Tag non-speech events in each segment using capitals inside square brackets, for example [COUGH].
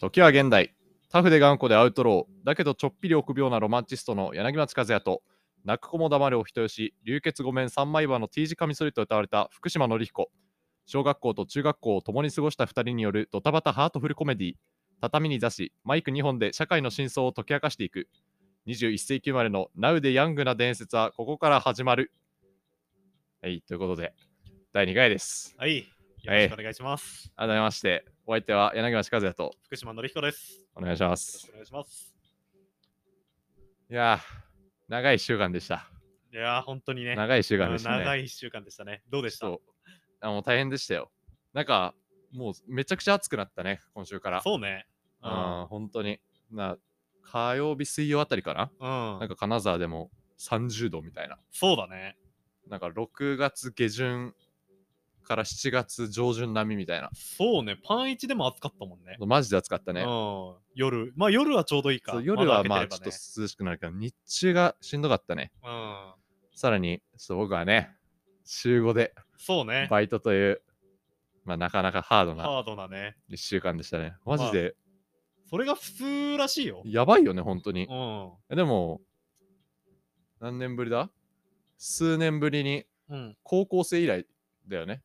時は現代、タフで頑固でアウトロー、だけどちょっぴり臆病なロマンチストの柳町和也と、泣く子も黙れお人よし、流血ごめん三枚刃の T 字カミソリと歌われた福島紀彦。小学校と中学校を共に過ごした2人によるドタバタハートフルコメディ畳に座し、マイク2本で社会の真相を解き明かしていく。21世紀生まれの Now でヤングな伝説はここから始まる。はい、ということで、第2回です。はい。よろしくお願いします。改めまして、お相手は柳町和也と福島のりひこです。よお願いしまろしすく。お願いします。いやー、長い1週間でした。いやー、本当にね。長い1週間でしたうん長ね。い一週間でしたね。どうでしたそうあもう大変でしたよ。なんか、もうめちゃくちゃ暑くなったね、今週から。そうね。う。うんん、本当に。な火曜日、水曜あたりかなうんなんか金沢でも30度みたいな。そうだね。なんか6月下旬から7月上旬並みみたいな。そうね。パン一でも暑かったもんね。マジで暑かったね。うん。夜。まあ夜はちょうどいいかそ。う夜はまあ窓ちょっ開けとてればね涼しくなるけど、日中がしんどかったね。うん。さらに、ちょっと僕はね、週5でそうね。バイトという、まあなかなかハードなハードなね。 1週間でしたね。マジでそれが普通らしいよ。やばいよね、本当にう。ん。でも、何年ぶりだ数年ぶりにうん。高校生以来だよね。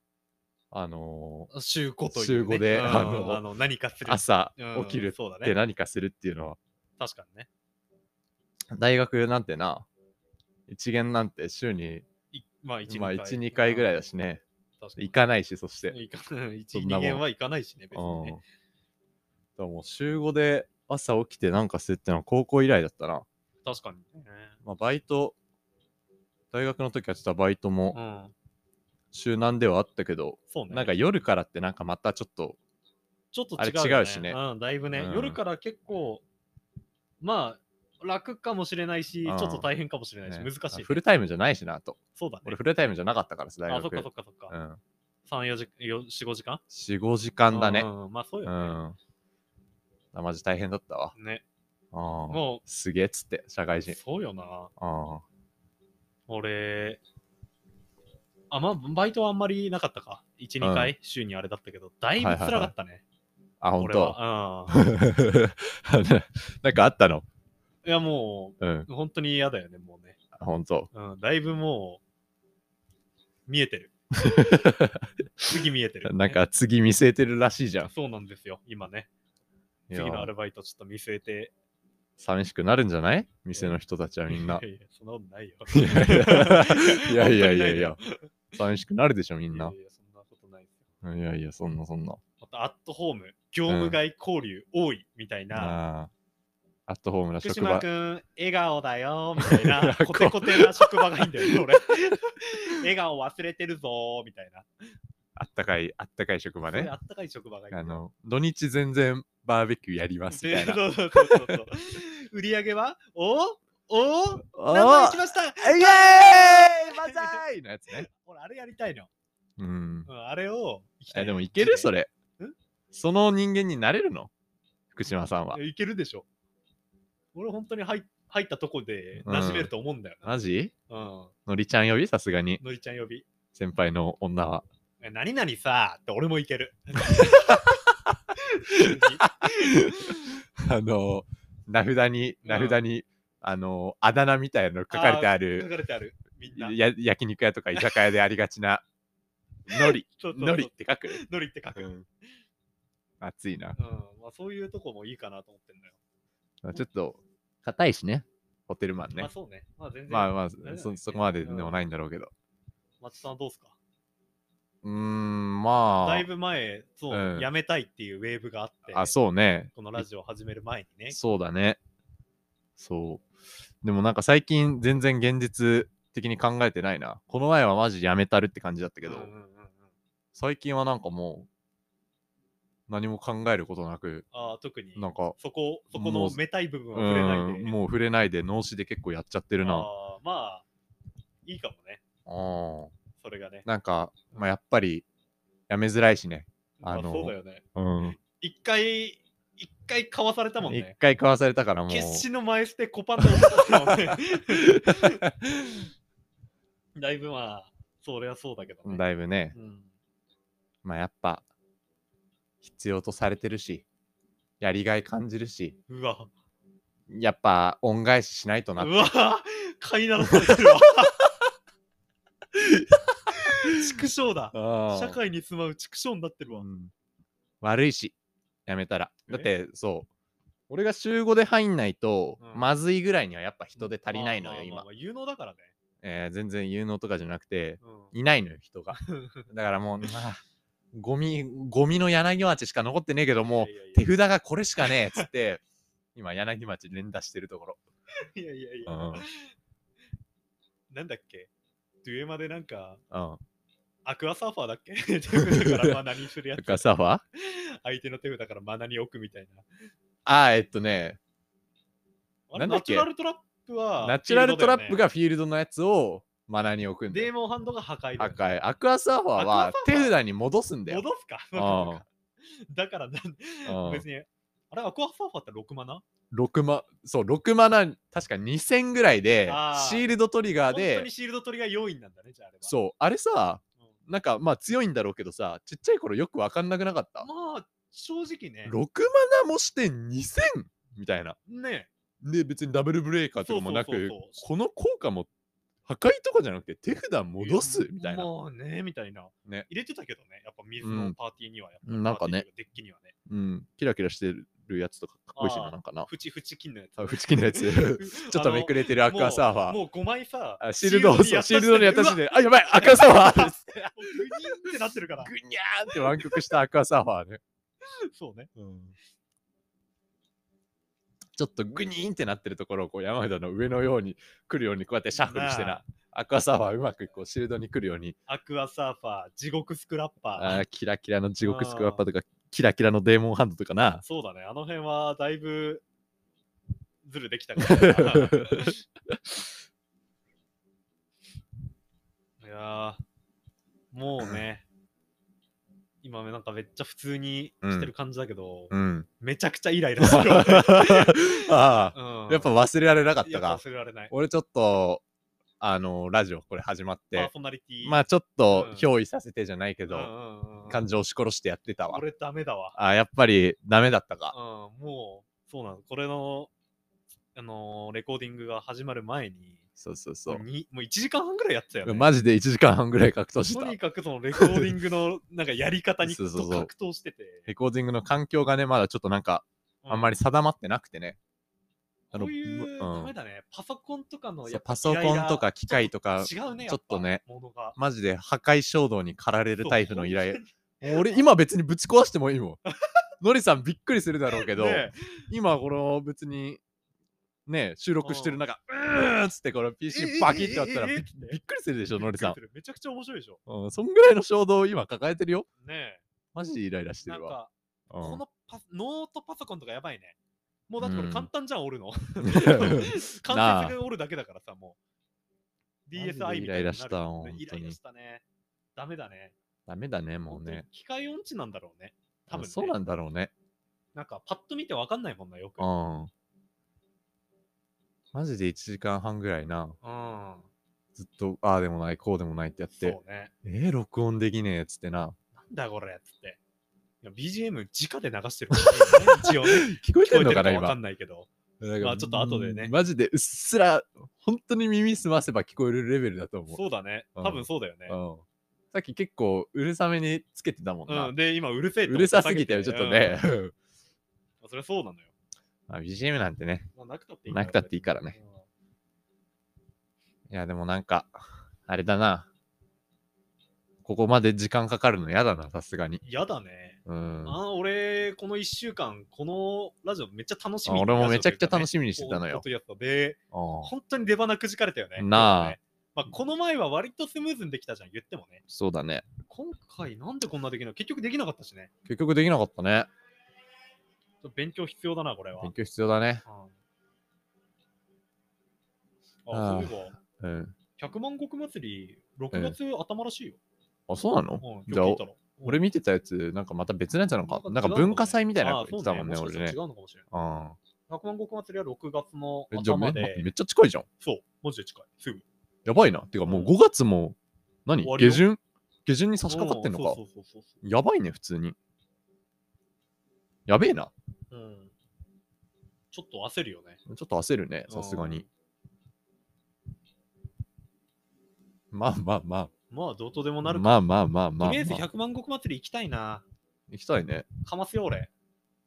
あの週5という、ね。週五でうんあのあの何かすーる。朝うん起きるそうだってね。何かするっていうのは、確かにね。大学なんてな、一元なんて週に、いまあ1、2まあ、回。 1、2回ぐらいだしね、確かに。行かないし、そして。行かない。そ1、んなも2ん限は行かないしね、別うにん。ねだ。からもう週5で朝起きてなんかするってのは高校以来だったな。確かにね。まあ、バイト、大学の時やってたバイトうもん。週何ではあったけど、そうね。なんか夜からってなんかまたちょっと、ちょっとあれ違うよ、違うしねうん、だいぶね、うん夜から結構、まあ、楽かもしれないし、うんちょっと大変かもしれないし、ね難しいね、フルタイムじゃないしな、あと。そうだね俺。フルタイムじゃなかったからさ、大あ、学。そっかそっかそっか。うん。 3、4時、4 4、5時間4、5時間だね。うんうんまあそううよね。ん。あマジ大変だったわ。ね。うんもすげえっつって、社会う、人。そうよな。あ俺、あ、まあ、バイトはあんまりなかったか。1、う2ん回、週にあれだったけど、だいぶ辛かったね。あ、ほん俺と。は。うん。 [LAUGHS] なんかあったのいや、もうん。う、本当に嫌だよね、もうね。ほんと。うん、だいぶもう、見え [LAUGHS] てる。次見えてる。なんか次見据えてるらしいじゃん。そうなんですよ、今ね。い次のアやルバイトちょっと見据えて。寂しくなるんじゃない店の人たちはみんな。いやいや、そんなことないよ。いや [LAUGHS] いやいやいやいやいやいや本当にな寂しくなるでしょ、みいよんな。いやいやそんなことないですよ。いやいや、そんなそんな。また、アットホーム、業務外交流多いみたいな。ああ。アットホームな福職島場く。ん、笑顔だよ、みた [LAUGHS] いな。楽コテコテな職場がいいんだよね、俺。笑顔忘れてるぞー、みたいな。あったかい、あったかい職場そういねうあ。ったかい職場がいいんだあよ。の、土日全然バーベキューやりますみたいな。 [LAUGHS] そうそうそうそうそう。売り上げはおおお何お万ーしましたイエーイバザーイのやつね。俺、あれやりたいの。うんう。ん、あれを行きたえい。でもいけるそれ。れん。その人間になれるの福島さんは。いやいけるでしょ。俺、本当に入入ったとこでうん馴染めると思うんだよな。マジうん。のりちゃん呼びさすがにのりちゃん呼び。先輩の女は。え何々さーって俺もい [LAUGHS] ける。 [LAUGHS] あの、名札に、うん名札に、あの、あだ名みたいなの書かれてある書かれてある。みんな。や焼肉屋とか居酒屋でありがち [LAUGHS] な、のり、そうそうそうのりっ。て書く。のりって書く。ううんん。熱いな。まあ、そういうとこもいいかなと思ってんだよ。ちょっと、硬いしね、ホテルマンまねあ。そうね。まあ全然。まあまれだあ、ねそそこまででもないんだろうけど。松田さんどうすかうーん、まあ。だいぶ前、そう、うんやめたいっていうウェーブがあって、あ、そうね。このラジオ始める前にね。そうだね。そう。でもなんか最近全然現実的に考えてないな。この前はマジやめたるって感じだったけど、うんうんうんうん最近はなんかもう何も考えることなく、あー特になんか、そこ、そこもうのめたい部分うは触れないで。ん、もう触れないで脳死で結構やっちゃってるな。あーまあ、いいかもね、うんそれがね。なんか、まあ、やっぱりやめづらいしね。あのまあそうだよね。うん。一回、一回買わされたもん一ね。回買わされたからもう。決死の前捨てコパンと落としたもんね。 [LAUGHS] だいぶまあ、それはそうだけどね。だいぶね、うん、まあやっぱ必要とされてるし、やりがい感じるし、うわ。やっぱ恩返ししないとなっうて。わ。買いならされて [LAUGHS] るわ。畜生だ。うん社会に住まう畜生になってるわう。ん悪いし、やめたら。えだって、そう。俺が週5で入んないと、うんまずいぐらいにはやっぱ人で足りないのよ、まあまあまあ今ま。あ有能だからね。えー全然有能とかじゃなくて、うんいないのよ、人 [LAUGHS] が。だからもう、まあ、ゴミ、ゴミの柳町しか残ってねえけど、もいやいやいうや手札がこれしかねえっつって、今、柳町連打してるところ。いやいやいや、うんなんだっけデュエマでなんか、うん。アクアサーファーだっけ [LAUGHS] 手 [LAUGHS] 札からマナにするやだつか。らさは相手の手札からマナに置くみたいな。ああ、えっとね、あれなんだっけナチュラルトラップは、ナチュラルトラップフィールドだよね、がフィールドのやつをマナに置くんだデーよ。モンハンドが破壊だ破よ壊。アクアサーファーはアクアサー手ファー札に戻すんだよ。戻すか。あだからなああ別に、あれ、アクアサーファーって6マナ6マそう6マナ確か2000ぐらいであーシールドトリガー本当でにシールド取りが要因なんだね、じゃああれは。そうあれさうん。なんかまあ強いんだろうけどさちっちゃい頃よく分かんなくなかったまあ、正直ね6、マナもして2000みたいなね、で別にダブルブレーカーとかもなそうそうくそうそうこの効果も破壊とかじゃなくて手札戻すみたいなまあね、みたいな。ね入れてたけどね、やっぱ水うのんパーティーにはやっぱ、うんなんかねパーティーというデッキにはね。うんキラキラしてるやつとかかっこいいしあなーなんかなふちふち金のやつ。あ打ち切りのや [LAUGHS] つちょっとめくれてるアクアサーファーもう5枚さあ、シールドをそうシールドにやったしで。であやばいアクアサーフ [LAUGHS] ァーうわもうグニーンってなってるから。グニャーンって湾曲したアクアサーファーねそうね。ちょっとグニーンってなってるところをこう山札の上のように来るようにこうやってシャッフルしてなな。アクアサーファーうまくこうシールドに来るようにアクアサーファー、地獄スクラッあパー。ーキラキラの地獄スクワッパとかキラキラのデーモンハンドとかな。そうだね。あの辺はだいぶズルできた [LAUGHS] から。いやー、もうね。今なんかめっちゃ普通にしてる感じだけど、 [LAUGHS] うん。めちゃくちゃイライラするわ、 [LAUGHS] ああ、うんやっぱ忘れられなかっいたやか。忘れられない。俺ちょっと、あの、ラジオこれ始まっパーて、ソナリティ。まあちょっとうん憑依させてじゃないけど、うんうんうん感情を押し殺してやってたわ。俺ダメだわ。あーやっぱりダメだったか。うん、もう、そうなの。これの、あのーレコーディングが始まる前に、そうそうそう。にもう1時間半ぐらいやってたよね。マジで1時間半ぐらい格闘してとたに。かくそのレコーディングのなんかやり方にそとうそうそう格闘してて、レコーディングの環境がね、まだちょっとなんか、あんまり、り定まってなくてね。こういう、うんダメだね、パソコンとかのそうやっぱパソコンとか機械とか、違いが違うね、ちょっとねやぱものが。マジで破壊衝動に駆られるタイプの依頼 [LAUGHS] そう。俺、今別にぶち壊してもい [LAUGHS] いもん。のりさんびっくりするだろうけど、ね今この別に、ね、収録してる中、うーんっつってこの PC バキってやったらびええええびっくりするでしょ、のりさん。めちゃくちゃ面白いでしょ。うん、そんぐらいの衝動を今抱えてるよ。ねマジでイライラしえ、てなんるわ。か、うんこのパノートパソコンとかやばいね。もうだってこうれん簡単じゃん、折 [LAUGHS] るの。ん [LAUGHS] 関節で折るだけだからさ、もう。マジで DSI みたイラいイになラるした本当にイライラしたね。ダメだね。ダメだね、も本う当にね。機械音痴なんだろうね。多分、ね、そうなんだろうね。なんかパッと見てわかんないもんな、よく。ううん。ん。マジで1時間半ぐらいな、ずっと、ああでもない、こうでもないってやって、そうね。えー、録音できねえっつってな。なんだこれっつって。いや BGM 直で流し [LAUGHS] てるからね、一応ね。聞こえ [LAUGHS] 聞てこえんのてかるな、か今。わかんないけど。なんか [LAUGHS] まあちょっと後でねうんマジでうっすら、本当に耳澄ませば聞こえるレベルだと思う。そうだね。うん多分そうだよね。うんさっき結構うるさめにつけてたもんな。うん。で、今うるせえうって思ってるさすぎたよ、ちょっとね。うん。まあそれはそうなのよ。 [LAUGHS] まあ BGM なんてね。まあなくたっていいなくたっていいからね。。いや、でもなんか、あれだな。ここまで時間かかるの嫌だな、さすがに。やだね。うん。あー俺、この1週間、このラジオめっちゃ楽しみあに、俺もめちゃくちゃ楽ししみみにしてたのよ。やったで、ああ本当に出花くじかれたよね。なあねまあ、この前は割とスムーズにできたじゃん、言ってもね。そうだね。今回なんでこんなできるの結局できなかったしね。結局できなかったね。ちょっと勉強必要だな、これは。勉強必要だね。うんあああそういえば、うん。百万石祭り、6月頭らしいよ。あ、そうなのうん、じゃあ今日聞いたら。俺見てたやつ、なんかまた別のやつなのか。なんか違う文化祭みたいなあのあ言ってたもんね、そう俺もねしかした。ら違うのかもしれない。あ百万石祭りは6月のあ。えじゃあ頭めでめ、っちゃ近いじゃん。そう、文字で近い。すぐ。やばいな。てかもううん5月も、何終わりよ下旬下旬に差し掛かってんのかう。んそうそうそうそうやばいね、普通に。やべえな。うん。ちょっと焦るよね。ちょっと焦るね、さすがに。まあまあまあ。まあ、どうとでもなるか。まあまあまあまあ、まあ。とりあえず100万石祭り行きたいな。行きたいね。かますよ、俺。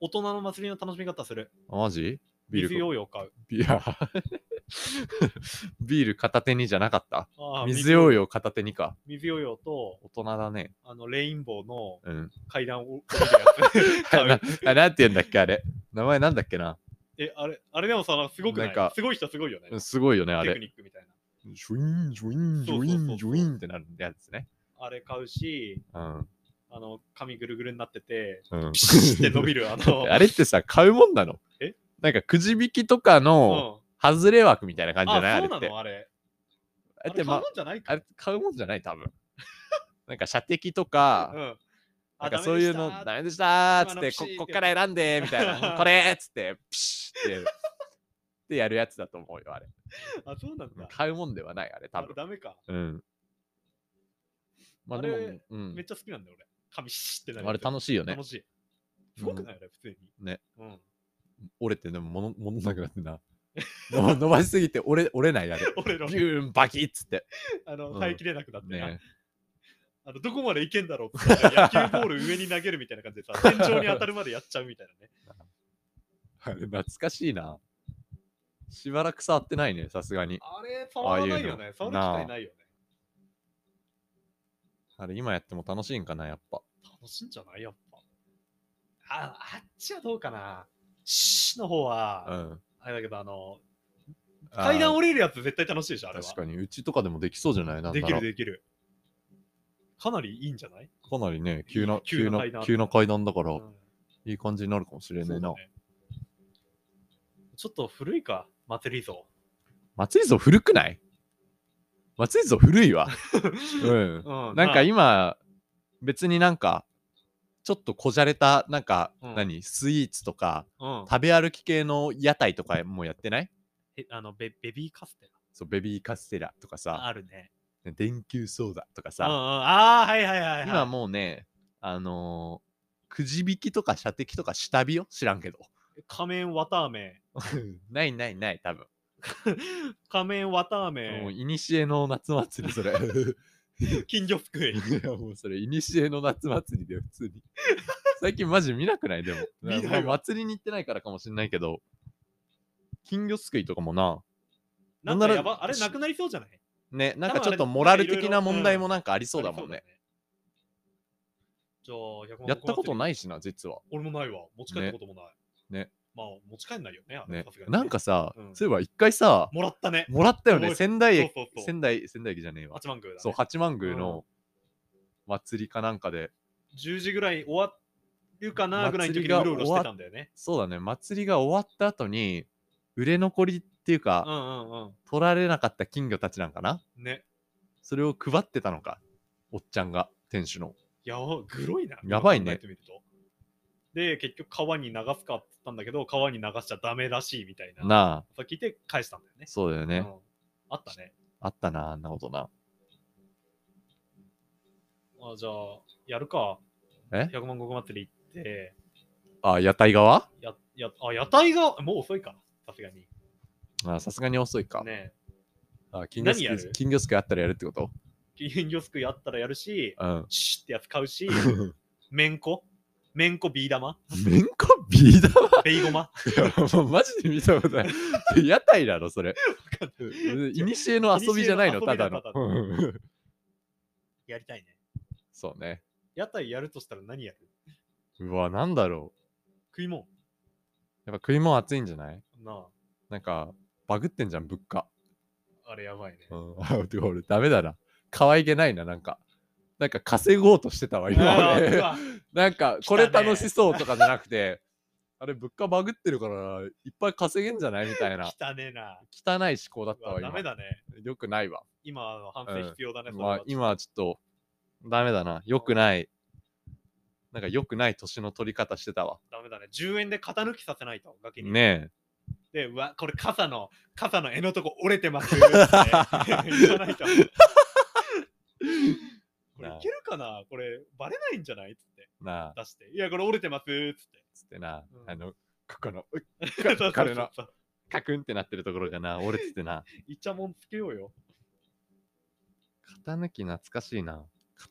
大人の祭りの楽しみ方する。あマジビー [LAUGHS] ルか。水ヨーヨー買う。ビアビール片手にじゃなかった。ああ水ヨーヨー片手にか。水ヨーヨーと、大人だね。あの、レインボーの [LAUGHS] うん。階段を降りる [LAUGHS] やつ買なう。あなんて言うんだっけあれ。名前なんだっけな。え、あれ、あれでもさ、なんかすごくないなんかすごい人はすごいよね。すごいよね、あテクれ。ニックみたいな。ジュイン、ジュイン、ジそュうそうイそうそン、うジュインってなるやつね。あれ買うし、うん。あの、髪ぐるぐるになっ [LAUGHS] てて、うんピシッて伸びる、あの、 [LAUGHS] あれってさ、買うもんなのえなんかくじ引きとかうのん。外れ枠みたいな感じじゃないあ、あそれうなって。のあれ。あれっあてれまあ買うもんじゃないか。あれ買うもんじゃない、多 [LAUGHS] 分。なんか射的とかう、ん。なあんかそういうの、ダメでしたーっつっ今のて、ピシこッてこっから選んで、みたい [LAUGHS] な、これーっつって、ピシッって、ってやるやつだと思うよ、あれ。あ、そうなんだ。買うもんではない、あれ、多あ分。ダメか。うん。まああでれも、うめっん。ちゃ好きなんだよ、俺。髪シってなるやつ。あれ楽しいよね楽。しい。すごくないあれ、普通に。ね。うん。折れて、でも物、物なくなって [LAUGHS] な。の伸ばしすぎて折れ折れない、あれ。俺のビ、ューン、バキッつって。あの、うん耐えきれなくなってなね。あの、どこまでいけんだろうってさ野球ボール上に投げるみたいな感 [LAUGHS] じでさ、天井に当たるまでやっちゃうみたいなね。あれ [LAUGHS] 懐かしいな。しばらく触ってないね、さすがに。あれ、触らないああよいうねの。触る機会ないよね。あれ、今やっても楽しいんかな、やっぱ。楽しいんじゃないやっぱ。あ、あっちはどうかな。シーの方は、うん。あれだけど、あの、あー階段降りるやつ絶対楽しいでしょ、あれは。確かに、うちとかでもできそうじゃないなんだでろきるうできる。かなりいいんじゃない、かなりね、急な、急急なな階、段急な階段だからう、んいい感じになるかもしれそなういだな。ねちょっと古いか、祭り像。祭り像古くない祭り像古 [LAUGHS] いわ。うん。うなんか今、別になんか、ちょっとこじゃれた、なんか、うん何、スイーツとか、うん、食べ歩き系の屋台とかもやってないえあのベベビーカステそう、ベビーカステラとかラさ、あるね。電球ソーダとかうんうん、さ、ああ、はいはいはい、はい。今もうね、あのーくじ引きとか射的とか下火よ知らんけど。 [LAUGHS] 仮面綿飴。ないないない、多分。仮面綿もう、飴。いにしえの夏祭り、そ [LAUGHS] れ。金魚す [LAUGHS] くい。いや、もうそれ、いにしえの夏祭りで、普 [LAUGHS] 通に。最近マジ見なくないでも。見ないわまあ祭りに行ってないからかもしんないけど、金魚すくいとかもな、なんかやば、あれなくなりそうじゃないね、なん多か分ちょっとあれモラルなんか的色な々問題もなんかありそうだもんね。。じゃあ、100万やったこといないしな、実は。俺もないわ。持ち帰ったこともない。ねねまあ、持ち帰んないよね。あれねさすが。にねなんかさう、んそういえば一回さ、もらったね。もらったよね、そう仙台そう駅そうそ、う仙台、仙台駅じゃねえわ。八万宮だ、ね。そう、八幡宮の祭りかなんかで、 10時ぐらい終わるかなぐらいの時にうろうろしてたんだよね。そうだね、祭りが終わった後に、売れ残りっていううんうか、んう。取られなかった金魚たちなんかなんね。それを配ってたのか、おっちゃんが、店主の。やば、グロいな。やばいね考えてみるとで、結局川に流すかって言ったんだけど、川に流しちゃダメらしいみたいな。なあ、さっき聞いて返したんだよね。そうだよね。うんあったね。あったな、あんなことな。あじゃあ、やるか。え ?100 万石祭り行って、あ、屋台側や、や、あ、屋台が、もう遅いか。さすがに。あさすがに遅いか。ねあ金魚す何やるくい金魚すくいあったらやるってことえ。金魚すくいあったらやるし、 [LAUGHS] うん。シッってやつ買 [LAUGHS] うし、めんこめんこビー玉めんこビー玉ベイゴマ [LAUGHS] いやもうマジで見たことない。屋台なのそ [LAUGHS] れ。いにしえの遊びじゃないのただの。うんやりたいね。そうね。屋台やるとしたら何やるうわ、なんだろ食いもう。やっぱ食い物熱いんじゃないん。ななんか、バグってんじゃん、物価。あ、あれやばいね。うん。 [LAUGHS] あてか俺、ダメだな。可愛げないな、なんか。なんか稼ごうとしてたわ、今あーう俺。わなんか、来たこねれ楽しそうとかじゃなくて、あれ、物価バグってるから、いっぱい稼げんじゃないみた [LAUGHS] いな。汚ねえな。汚い思考だっうたわわ、ダ今メ。だね。よくないわ。今の反省必要だね。それまはあ、今はちょっと、ダメだな。良くない。なんか良くない年の取り方してたわ。ダメだね。10円で型抜きさせないと、ガキに。ねで、うわ、これ傘の、傘の柄のとこ折れてま [LAUGHS] す。って言わないと。これいけるかなこれバレないんじゃないつってえ。なあ、出して。いや、これ折れてます。つって。つってな、うんあの、ここの、そうそう彼のそうカクンってなってるところがな、折れててな。イチャモンつけようよ。型抜き懐かしいな。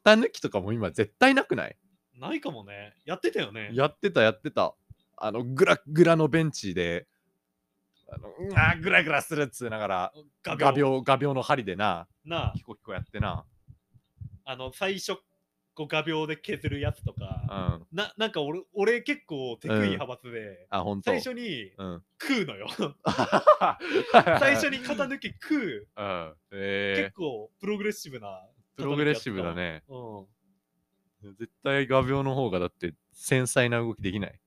型抜きとかも今絶対なくないないかもね。やってたよね。やってたやってた。あの、グラッグラのベンチで、あの、うわーグラグラするっつうながら、画鋲画鋲、画鋲の針でな、なあ、キコキコやってな。あの、最初、こう画鋲で削るやつとうん。か。あ、な、なんか俺、俺結構テクい派閥で、ほんと。最初にうん。食 [LAUGHS] うのよ。最最初に型抜き食う。 [LAUGHS] うん。え結構プログレッシブな。ー、プログレッシブだね。うん。絶対画鋲の方がだって繊細な動きできない。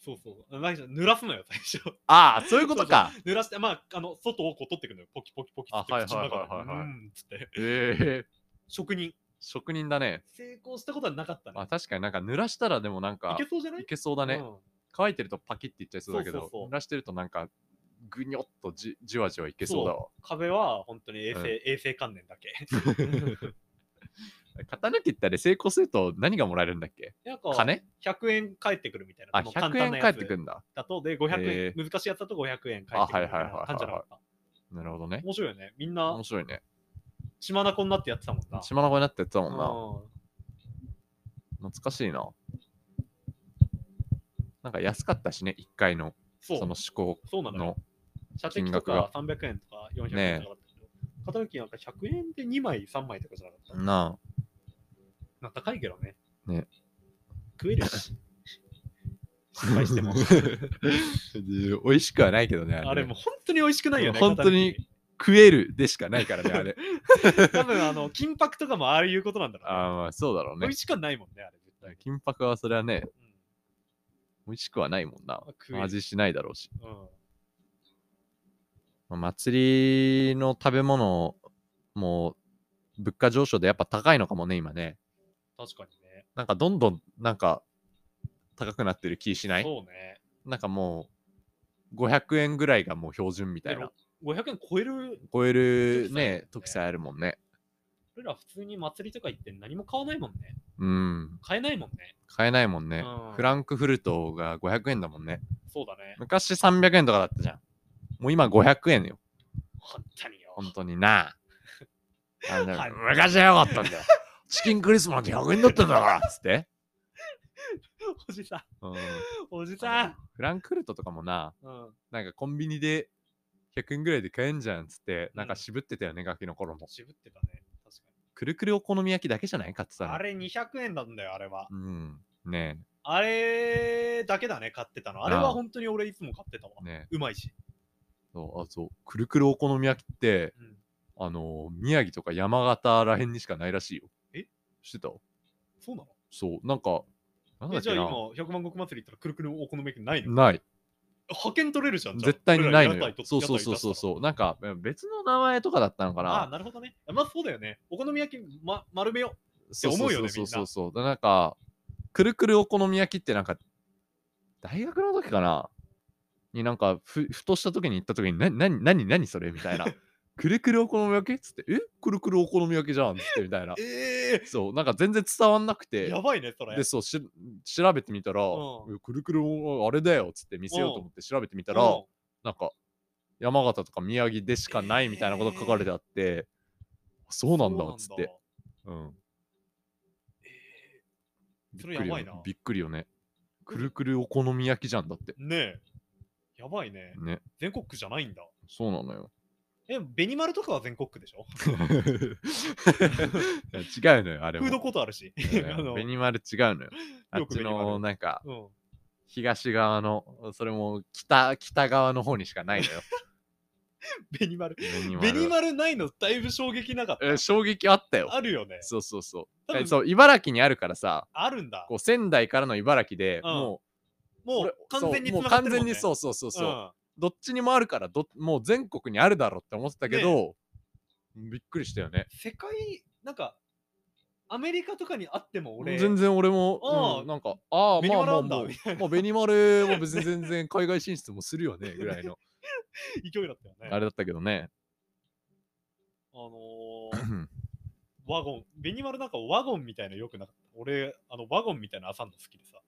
そうそう。なんか濡らすのよ、最初。ああ、そういうことか。そうそう。濡らして、まあ、あの、外をこう取ってくのよ。ポキポキポキって。あはい口の中ではいはいはいはいうん、つって。ええ職人。職人だね。成功したことはなかったねまあ。確かになんか濡らしたらでもなんかいけそうじゃないいけそうだね。うん乾いてるとパキっていっちゃいそうだけどそうそうそう濡らしてるとなんかぐにょっとじじわじわいけそうだわ壁は本当に衛生、衛生観念だけ。い型抜きってあれ成功すると何がもらえるんだっけやこう金 ?100 円返ってくるみたいな。あこの簡100単円な返やっつてくんだだと、で、500円、へ難しいやつだと500円返ってくるみたいあはいはいはいはいはない感じじゃなかった。なるほどね面白いよね。みんな面、白いね血まなこになってやってたもんな。血まなこになってやってたもんなうん懐かしいななんか安かったしね1回のそう。その試行そうなのよ。の射的とか300円とか400円とかだったけど、片抜きなんか100円で2枚、3枚とかじゃなかった。なな高いけどね。ね食える [LAUGHS] し。失敗しても。あで [LAUGHS] 美味しくはないけどねあれねあれもう本当に美味しくないよね。本当に食えるでしかないからねあれ片抜き。多分あの、金箔とかもああいうことなんだろうね。あーまあそうだろう美ね味しくはないもんね、あれ絶対。金箔はそれはねう美味しくはないもんなあ食え。る味しないだろうし。んうんまあ祭りの食べ物も物価上昇でやっぱ高いのかもね、今ね。確かにね。なんかどんどんなんか高くなってる気しないそうね。なんかもう500円ぐらいがもう標準みたいなで。500円超える、超えるね、時時差差あるもんね。俺ら普通に祭りとか行って何も買わないもんね。うん。買えないもんね。買えないもんねうん。フランクフルトが500円だもんね。そうだね。昔300円とかだったじゃん。もう今500円よ。本当によ。本当にな。なんだろうはい昔はよかったんだよ。 [LAUGHS] チキンクリスマス100円だったんだからつって。おじさん、うんおじさん。フランクフルトとかもな、うん。なんかコンビニで100円ぐらいで買えんじゃんつって、なんうかん渋ってたよね、ガキの頃も。渋ってたね。確かくるくるお好み焼きだけじゃない買ってたに。の。あれ200円なんだよ、あれは。うん。ねあれだけだね、買ってたの。あれあはあ本当に俺いつも買ってたわえ、。ねえ。うまいし。そう、あ、そう。くるくるお好み焼きって、うんあのー宮城とか山形らへんにしかないらしいよ。え知ってたそうなのそう、なんか、なんだえっじゃあけ今な。、 100万石祭り行ったらくるくるお好み焼きないのない。派遣取れるじゃん。じゃあ絶対にないの俺ら屋よ台。とそうそうそうそうそう。なんか別の名前とかだったのか屋台出したらああ、な。なるほどね。まあそうだよね。お好み焼き、ま、丸めよそうって思うよねそうそうそうそう。でなんかくるくるお好み焼きってなんか大学の時かなになんかふふとした時に行った時にな何何何それみた [LAUGHS] いな。くるくるお好み焼きっつってえくるくるお好み焼きじゃんっつってみたいなう。。えそうなんか全然伝わんなくえて。やばいね、それ。でそうし調べてみたら、うんえくるくるおあれだよっつって見せようと思って調べてみたら、うんなんか山形とか宮城でしかないみたいなことが書かれてあって、そうなんだっつっ。そうなてんだうんそれやばいなびっくりよねびっくりよねくるくるお好み焼きじゃんだってねえ。やばいね。ね全国区じゃないんだ。そうなの [LAUGHS] よえ、ベニマルとかは全国区で [LAUGHS] しょい [LAUGHS] や違うのよあれフもードコートあるし。あうんのベニマル違うのよあっよくちベニマのルなんかうん。東側のそれも北北側の方にしかないの [LAUGHS] よベニマル。ベニベニはマルないのだいぶ衝撃なかっえた。衝撃あったよあるよね。そうそうそう多分えそう茨城にあるからさあるんだこ。う仙台からの茨城で、うんもうも俺う完全にそうも繋うがっ完てるも全ん、ね。にそううそうそうそう、んどっちにもあるからどもう全国にあるだろうって思ってたけど、びっくりしたよね世界、なんか、アメリカとかにあっても俺、全然俺も、ああうんなんかああベニまあマルまなあもうんだみたいなまあベニマルも別に全然海外進出もするよねぐらいの勢いだったよ [LAUGHS] ね。あれだったけどねあのーワゴン、ベニマルなんかワゴンみたいなのよくなかった。俺、あの、ワゴンみたいなの朝の好きでさ。 [CLEARS THROAT]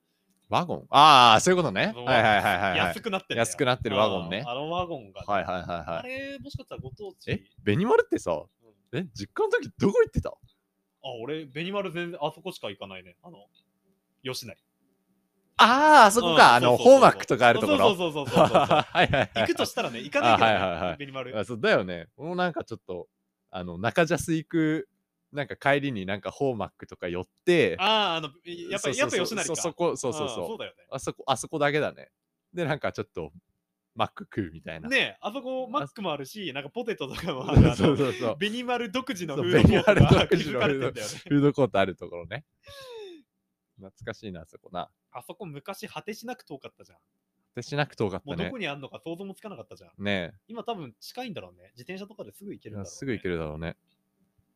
ワゴンああ、そういうことね。そのはいはいはいはい、はい安。くなってる。安くなってるワゴンねあーあのワゴンがね。はいはいはいあはい。れ、もしかしたらご当地。え、ベニマルってさ、うんえ、実家の時どこ行ってたあ、俺、ベニマル全然、あそこしか行かないね。あの、吉内。ああ、あそこか、あうんの、そうそうそうそホーうマックとかあるところ。そうそうそうそうそう [LAUGHS] そうはいはいはい。行くとしたらね、行かないけどね、あはいはいはいベニマル。あそうだよね。俺もなんかちょっと、あの、中ジャス行く、なんか帰りになんかホーマックとか寄って、ああ、あの、やっぱり、やっぱ吉そ成か。うそうこ、そうそうあーそそうう。だよね。あそこ、あそこだけだね。で、なんかちょっと、マック食うみたいな。 [LAUGHS] ねえ、あそこ、マックもあるし、なんかポテトとかもある。あそのうそうそうそう。ベニマル独自のそフうードコートベニマがル独自築のかれてんだよね。フードコートあるところね。懐かしいな、あそこな。あそこ昔果てしなく遠かったじゃん。で、しなく遠かっもたうどねこ。にあんのか想像もつかなかったじゃん。ね今多分近いんだろうね。自転車とかですぐ行けえるんだろう、ね。すぐ行ける。るだろうね。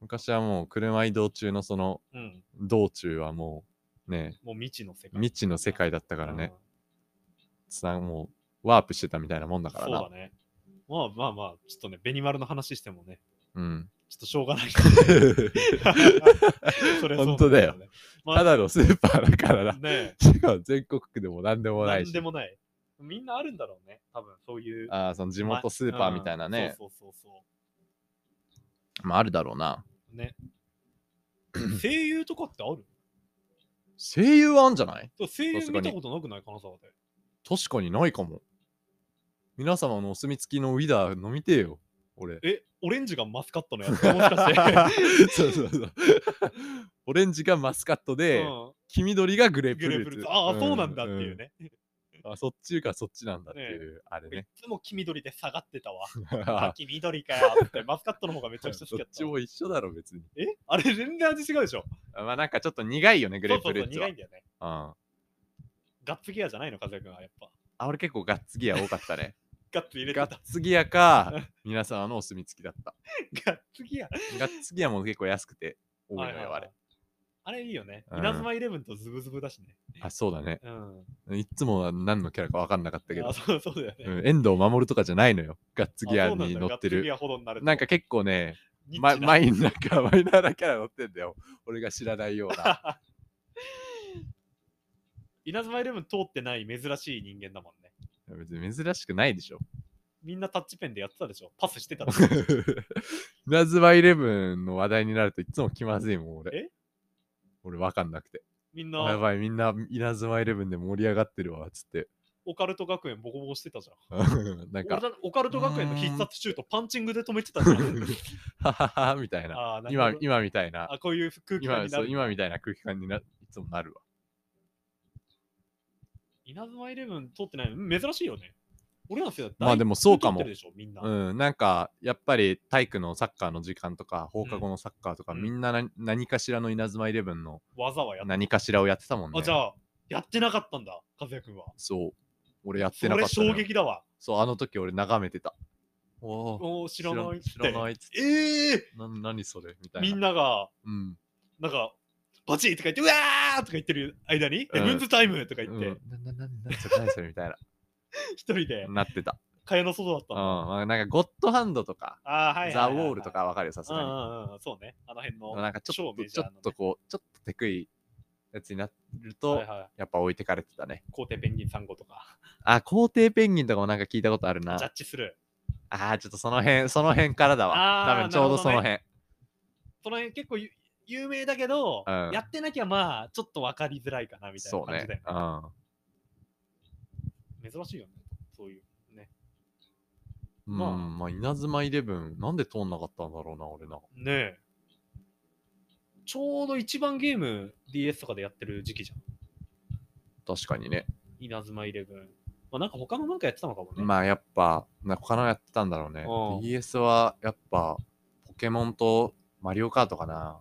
昔はもう車移動中のそのうん。道中はもうね、もう未知の世界。未知の世界だったからね。つなもうワープしてたみたいなもんだうん。からそうなだ。ね。まあまあまあ、ちょっとね、ベニマルの話してもね、うん。ちょっとしょうが [LAUGHS] ない。本当だよ。 [LAUGHS] まあ、ただのスーパーだから [LAUGHS] な。ねしかも全国区でも何でえ、もなないんしで。もない。みんなあるんだろうね。多分そういう。ああ、その地元スーパーみたいなね。うんそうそうそうそまああるだろうな。う。ね。声優とかってある声優はあんじゃないそう声さ優すが見にたことなくない金沢で。。確かにないかも。皆様のお墨付きのウィダー飲みてえよ。俺え、オレンジがマスカットのやつもしか [LAUGHS] して。そうそうそう。オレンジがマスカットで、うん黄緑がグレープグフレールプーツ。フルーツ。ああ、そうなんだっていうね。ね。あ、そっちかそっちなんだっていう、あれいね。つも黄緑で下がってたわ。あ [LAUGHS] あ、黄緑かよって。マスカットの方がめちゃくちゃ好そきだっっちたわ。も一緒だろ、別に。えあれ全然味違うでしょ。あまあなんかちょっと苦いよね、グレープフルーツそうそは。うそう、苦いんだよね。うんガッツギアじゃないの、和也君はやっぱ。あ、俺結構ガッツギア多かった [LAUGHS] ね。ガッツ入れてガたッ。ツギア [LAUGHS] か、皆様のお墨付きだった。ガッツギア。ガッツギアも結構安くて多いのはいはいよ、はあいれ。あれいいよね。うん稲妻イレブンとズブズブだしね。あ、そうだね。うん。いっつもは何のキャラか分かんなかったけあど。そうそうだよね。うん、遠藤守とかじゃないのよ。ガッツギアに乗ってギる。アほどになるとなんか結構ね、ニッマチなマインなんかマイナーなキャラ乗ってんだよ。俺が知らないよう [LAUGHS] な。稲妻イレブン通ってない珍しい人間だもんね。別に珍しくないでしょ。 [LAUGHS] みんなタッチペンでやってたでしょ。パスしてたでしょ。稲妻イレブンの話題になるといつも気まずいもん、俺。え俺分かんなくて。みんあやなばい、みんな稲妻イレブンで盛り上がってるわ、つって。 [LAUGHS] オカルト学園ボコボコしてたじゃん。なん俺か、だオカルト学園の必殺シュートパンチングで止めてたじゃん。はははみたいな。あーなるほ今ど、今みたいな。あ、こういう空気今感になそうる。今みたいな空気感にないつもなるわ。稲妻イレブン通ってないの珍しいよね。俺らの世代まあでもそうかも通ってるでしょ、みんな。うん、なんかやっぱり体育のサッカーの時間とか放課後のサッカーとか、うんみんなな何かしらの稲妻イレブンの技はやった。何かしらをやってたもんね。あ、じゃあ、やってなかったんだ、和也くんは。そう。俺やっそてなかれったのよ衝撃だわ。そう、あの時俺眺めてた。おーおー知らないって。知らないっつってええな何それみたいな。みんなが、うん。なんか、バチーとか言って、うわーとか言ってる間に、うんヘブンズタイムとか言うっん、て、ななな何それ何それみたいな。一人で、なってた。蚊帳の外だっうたん。の。まあなんかゴッドハンドとか、あーはいはいザ・はウいはいォールと。かわかるよ、さすうんがうに。んうん、そうね。あの辺の。なんかちょっ超と、メジちょャーなねっとこう、ちょっとテクいやつになると、はいはい。やっぱ置いてかれてたね。皇帝ペンギン3号とか。あ、皇帝ペンギンとかもなんか聞いたことあるなジャ。ッジする。あー、ちょっとその辺、その辺からだわ。あー多分ちょうどその辺。その辺結構ゆ有名だけど、うんやってなきゃまあ、ちょっと分かりづらいかなみたいなそう感ねじで。。うん。珍しいよね。そういう。ね。ままあ、あまあ、稲妻イレブン、なんで通んなかったんだろうな、俺な。ねえ。ちょうど一番ゲーム DS とかでやってる時期じゃん。確かにね。稲妻イレブン。まあなんか他のなんかやってたのかもね。まあ、やっぱ、な他のやってたんだろうねう。ん DS は、やっぱ、ポケモンとマリオカートかな。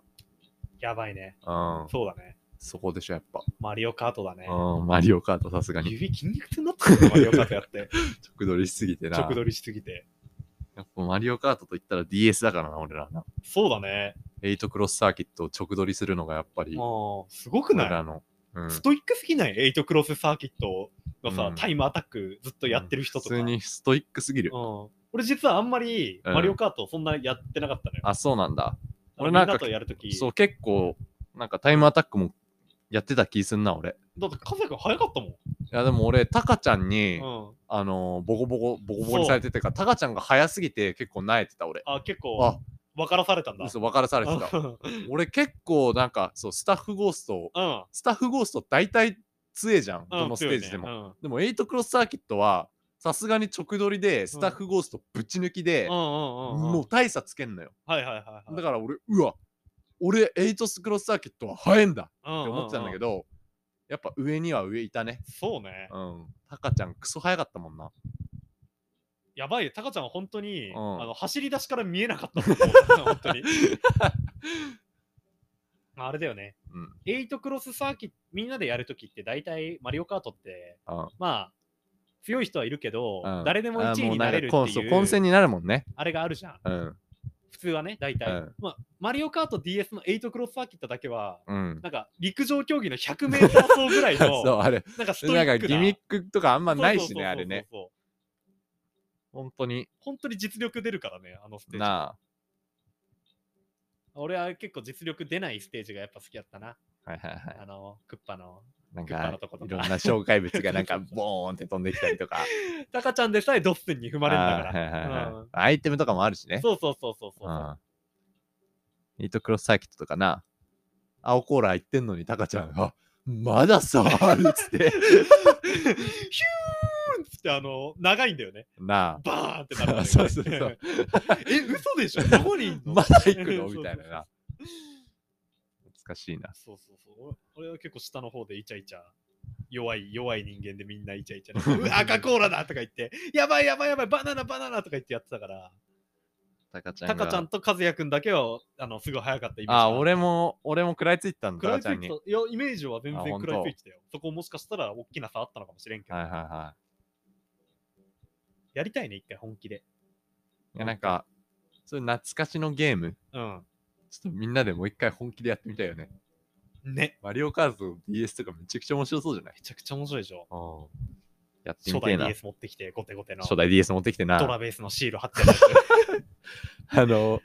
やばいね。うん。そうだね。そこでしょ、やっぱ。マリオカートだね。うん、マリオカートさすがに。指筋肉痛になってるよマリオカートやって。 [LAUGHS] 直撮りしすぎてな。直撮りしすぎて。やっぱマリオカートと言ったら DS だからな、俺らな。そうだね。エイトクロスサーキットを直撮りするのがやっぱり、もう、すごくな俺いらの。うんストイックすぎないエイトクロスサーキットのさ、うんタイムアタックずっとやってる人とか。普通にストイックすぎるう。ん。俺実はあんまりうんマリオカートそんなやってなかったのよ。あ、そうなんだ。あの俺なんかみんなとやるとき。そう、結構、なんかタイムアタックもやってた気すんな、俺。だって、和也君早かったもん。いや、でも俺、タカちゃんに、うん。あのーボコボコ、ボコボコにされててから、タカちゃんが早すぎて結構萎えてた、俺。あ、結構あ、、分からされたんだ。嘘、分からされてた。俺結構、なんか、そう、スタッフゴースト、うん。スタッフゴースト大体強えじゃん、う [LAUGHS] んどのステージでも。。強いねでも、エイトクロスサーキットは、さすがに直撮りで、スタッフゴーストぶち抜きでうん、うんうんうんうん。もう大差つけんのよ。はいはいはいはい。だから俺、うわ、俺、エイトスクロスサーキットは早いんだっら、て思ってたんだけど。ど、やっぱ上には上いたね。そうね。うん。タカちゃん、クソ早かったもんな。やばいよ。タカちゃんは本当に、うんあの走り出しから見えなかったと思う本 [LAUGHS] 当に。あれだよね。うん。エイトクロスサーキット、みんなでやるときって大体マリオカートって、うんまあ、強い人はいるけど、うん誰でもあ1位もうにななんかれるってこうそういう、混戦になるもんね。あれがあるじゃん。うん。普通はね、大体。うんまあ、マリオカート DS のエイトクロスサーキットだけは、 [LAUGHS] うん。なんか陸上競技の100メーター走ぐらいの、 [LAUGHS] そう、あれ。なんかストイッなクんかギミックとかあんまないしね、あれね。。そうそうそうそうそう本当に。本当に実力出るからね、あのステージ。な俺は結構実力出ないステージがやっぱ好きだったな。あ。はいはいはい。あの、クッパの。なんクッパかのとこと、かいろんな障害物がなん [LAUGHS] か、ボーンって飛んできたりとか。タカちゃんでさえドッスンに踏あまれるんだーかはいはいら。はうんいアイテムとかもあるしね。そうそうそうそうそうう。 [LAUGHS] ん。エイトクロスサーキットとかな、青コーラー行ってんのに、タカちゃんが、まださ、あるっつ [LAUGHS] って。うんっつってあの、長いんだよね。なバーンってなるんだあ。よ [LAUGHS] ねそうそうそう。 [LAUGHS] え、嘘で [LAUGHS] しょどこにいんのまだ行く [LAUGHS] のみたいなな。懐かしいな。そうそうそう。俺俺は結構下の方でイチャイチャ。弱い弱い人間でみんなイチャイチャで、うわ赤コーラだとか言って、やばいやばいやばい、バナナバナナとか言ってやってたから、タカちゃんタが。カちゃんと和也くんだけは、あの、すごい早かったイメージが。ああ、俺も、俺も食らいついてたん食だ、らタカちゃいついんてに。たはいや、イメージは全あ然本当食らいついてたよ。そこもしかしたら大きな差あったのかもしれんけど。はいはやりたいね、一回本気で。い。いや、なんか、そういう懐かしのゲーム、うん。ちょっとみんなでもう一回本気でやってみたいよね。ね。マリオカート DS とかめちゃくちゃ面白そうじゃないめちゃくちゃ面白いでしょ。やって初みてえ代な。 DS 持ってきて、ゴテゴテの。初代 DS 持ってきてドな。ラベースのシール貼ってあるやつあの、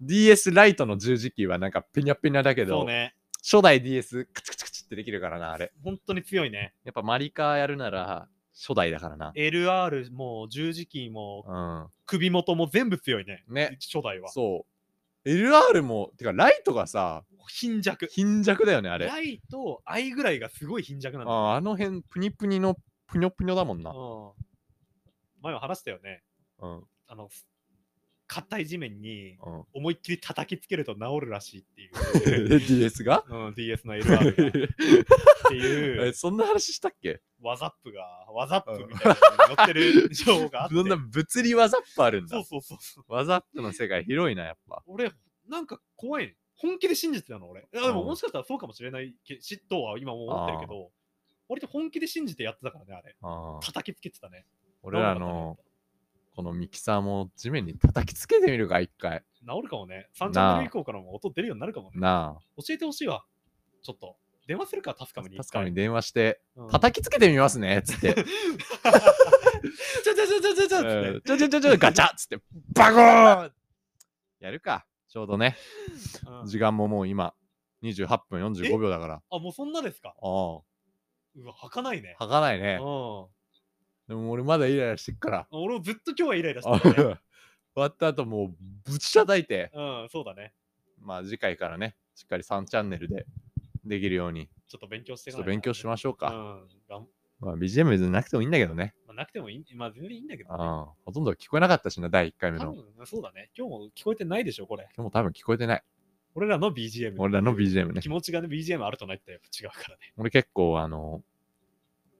DS ライトの十字キーはなんかペニャペニャだけそうど、ね。初代 DS カチカチカチってできるからな、あれ。本当に強いね。やっぱマリカーやるなら初代だからな。 LR も十字キーもう首元も全部強いね。ん。ね。初代は。そう。LR も、てかライトがさ、貧弱。貧弱だよね、あれ。ライとアイぐらいがすごい貧弱なんだよ。ああの辺、プニプニのプニョプニョだもんな。うん前も話したよね。うん。あの、硬い地面にうん。 [LAUGHS] 思いっきり叩きつけると治るらしいっていう。 DS が [LAUGHS] うん、DS の LR がっていえう、そんな話したっけワザップが、ワザップみたいなのに載っ [LAUGHS] てる情報があって。そんな物理技っぱあるんそだう。そうそうそう。技っの世界広いな、やっぱ。俺、なんか怖いね。本気で信じてたの、俺。いやでも、うんもしかしたらそうかもしれないけ嫉妬は今も思ってるけど、割と本気で信じてやってたからね、あれ。ああ叩きつけてたね。俺らのこのミキサーも地面に叩きつけてみるか、一回。治るかもね。3チャンネル以降からも音出るようになるかもね。な教えてほしいわ。ちょっと。電話するか、タフカムに。あ。確かに電話して、うん。叩きつけてみますね、 [LAUGHS] つって。ちょちょちょちょちょちょっつってうんちょちょちょちょ、ガチャっつって、バコーンやるか、ちょうどね。うん時間ももう今、28分45秒だから。ああ、もうそんなですかあ、はうわ、吐かないね。かないうんね。。でも俺まだイライラしてっから。俺もずっと今日はイライラしあてた、ね。 [LAUGHS] 終わった後もうぶち叩いて、うん、そうだね。まあ次回からね、しっかり3チャンネルでできるように、ちょっと勉強してちょっと勉強しまししょううか。ん。がんまあ BGM 別になくてもいいんだけどね。まあ、なくてもいい。まあ、全然いいんだけど、うねん。。ほとんど聞こえなかったしな、第1回目多の。今分そうだね。今日も聞こえてないでしょ、これ。日も多分聞こえてない。俺らの BGM。俺らの BGM ね気。持ちがね、BGM あるとないってやっぱ違うからね。俺結構あの、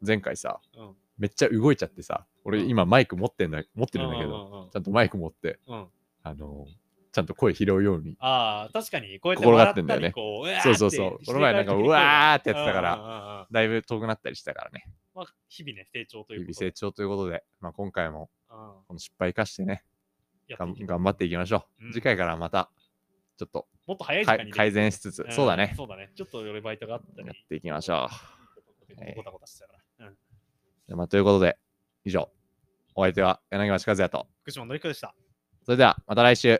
前回さ、うんめっちゃ動いちゃってさ、俺うん今マイク持ってんだ、持ってるんだけうど、んうんちゃんとマイク持って、うんうん。あの、ちゃんと声拾うように。ああ、確かに、こうやって心が笑ってっんだたよねり、こう、わーってそうそうそう。この前なんか、うわーってやってたから、うんうんうんうんだいぶ遠くなったりしたからね。まあ、日々ね、成長とい日うこ々とで。成長ということで、まあ、今回もうんこの失敗生かしてね、やがっんていけ頑張っていきましょう。うん次回からまた、ちょっともっと早い時か間にね改善しつつ、んそうだね。そうだね。ちょっと俺バイトがあったり。やっていきましょう。ごたごたしてたから。うん。でまあ、ということで、以上、お相手は柳町和也と、福島のりこでした。それではまた来週。